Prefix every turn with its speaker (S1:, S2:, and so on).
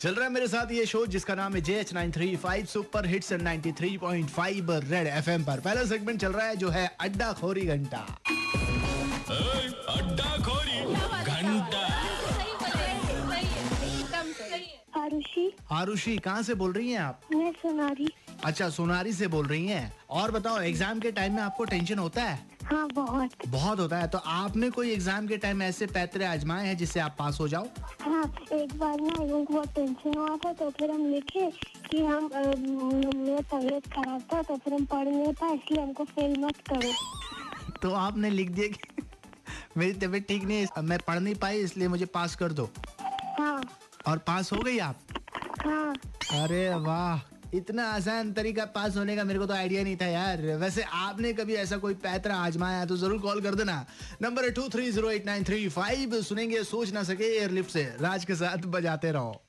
S1: चल रहा है मेरे साथ ये शो जिसका नाम है J H nine three five super hits ninety three point five Red F M पर पहला सेगमेंट चल रहा है जो है अड्डा खोरी घंटा
S2: अड्डा खोरी घंटा
S3: सही बोले, सही है, एकदम सही है।
S4: आरुषि
S1: आरुषि कहाँ से बोल रही हैं आप
S4: मैं सोनारी
S1: अच्छा सोनारी से बोल रही हैं और बताओ एग्जाम के टाइम में आपको टेंशन होता है
S4: हाँ बहुत
S1: बहुत होता है तो आपने कोई एग्जाम के टाइम ऐसे पैतरे आजमाए हैं जिससे आप पास हो जाओ
S4: हाँ एक बार ना हम लोग को बहुत टेंशन हुआ था तो फिर हम लिखे कि हम अ, म- मेरा तबीयत खराब था तो फिर हम पढ़ नहीं पाए इसलिए हमको फेल मत करो
S1: तो आपने लिख दिया कि मेरी तबीयत ठीक नहीं है मैं पढ़ नहीं पाई इसलिए मुझे पास कर दो
S4: हाँ
S1: और पास हो गई आप
S4: हाँ
S1: अरे वाह इतना आसान तरीका पास होने का मेरे को तो आइडिया नहीं था यार वैसे आपने कभी ऐसा कोई पैतरा आजमाया तो जरूर कॉल कर देना नंबर है two three zero eight nine three five सुनेंगे सोच ना सके एयरलिफ्ट से राज के साथ बजाते रहो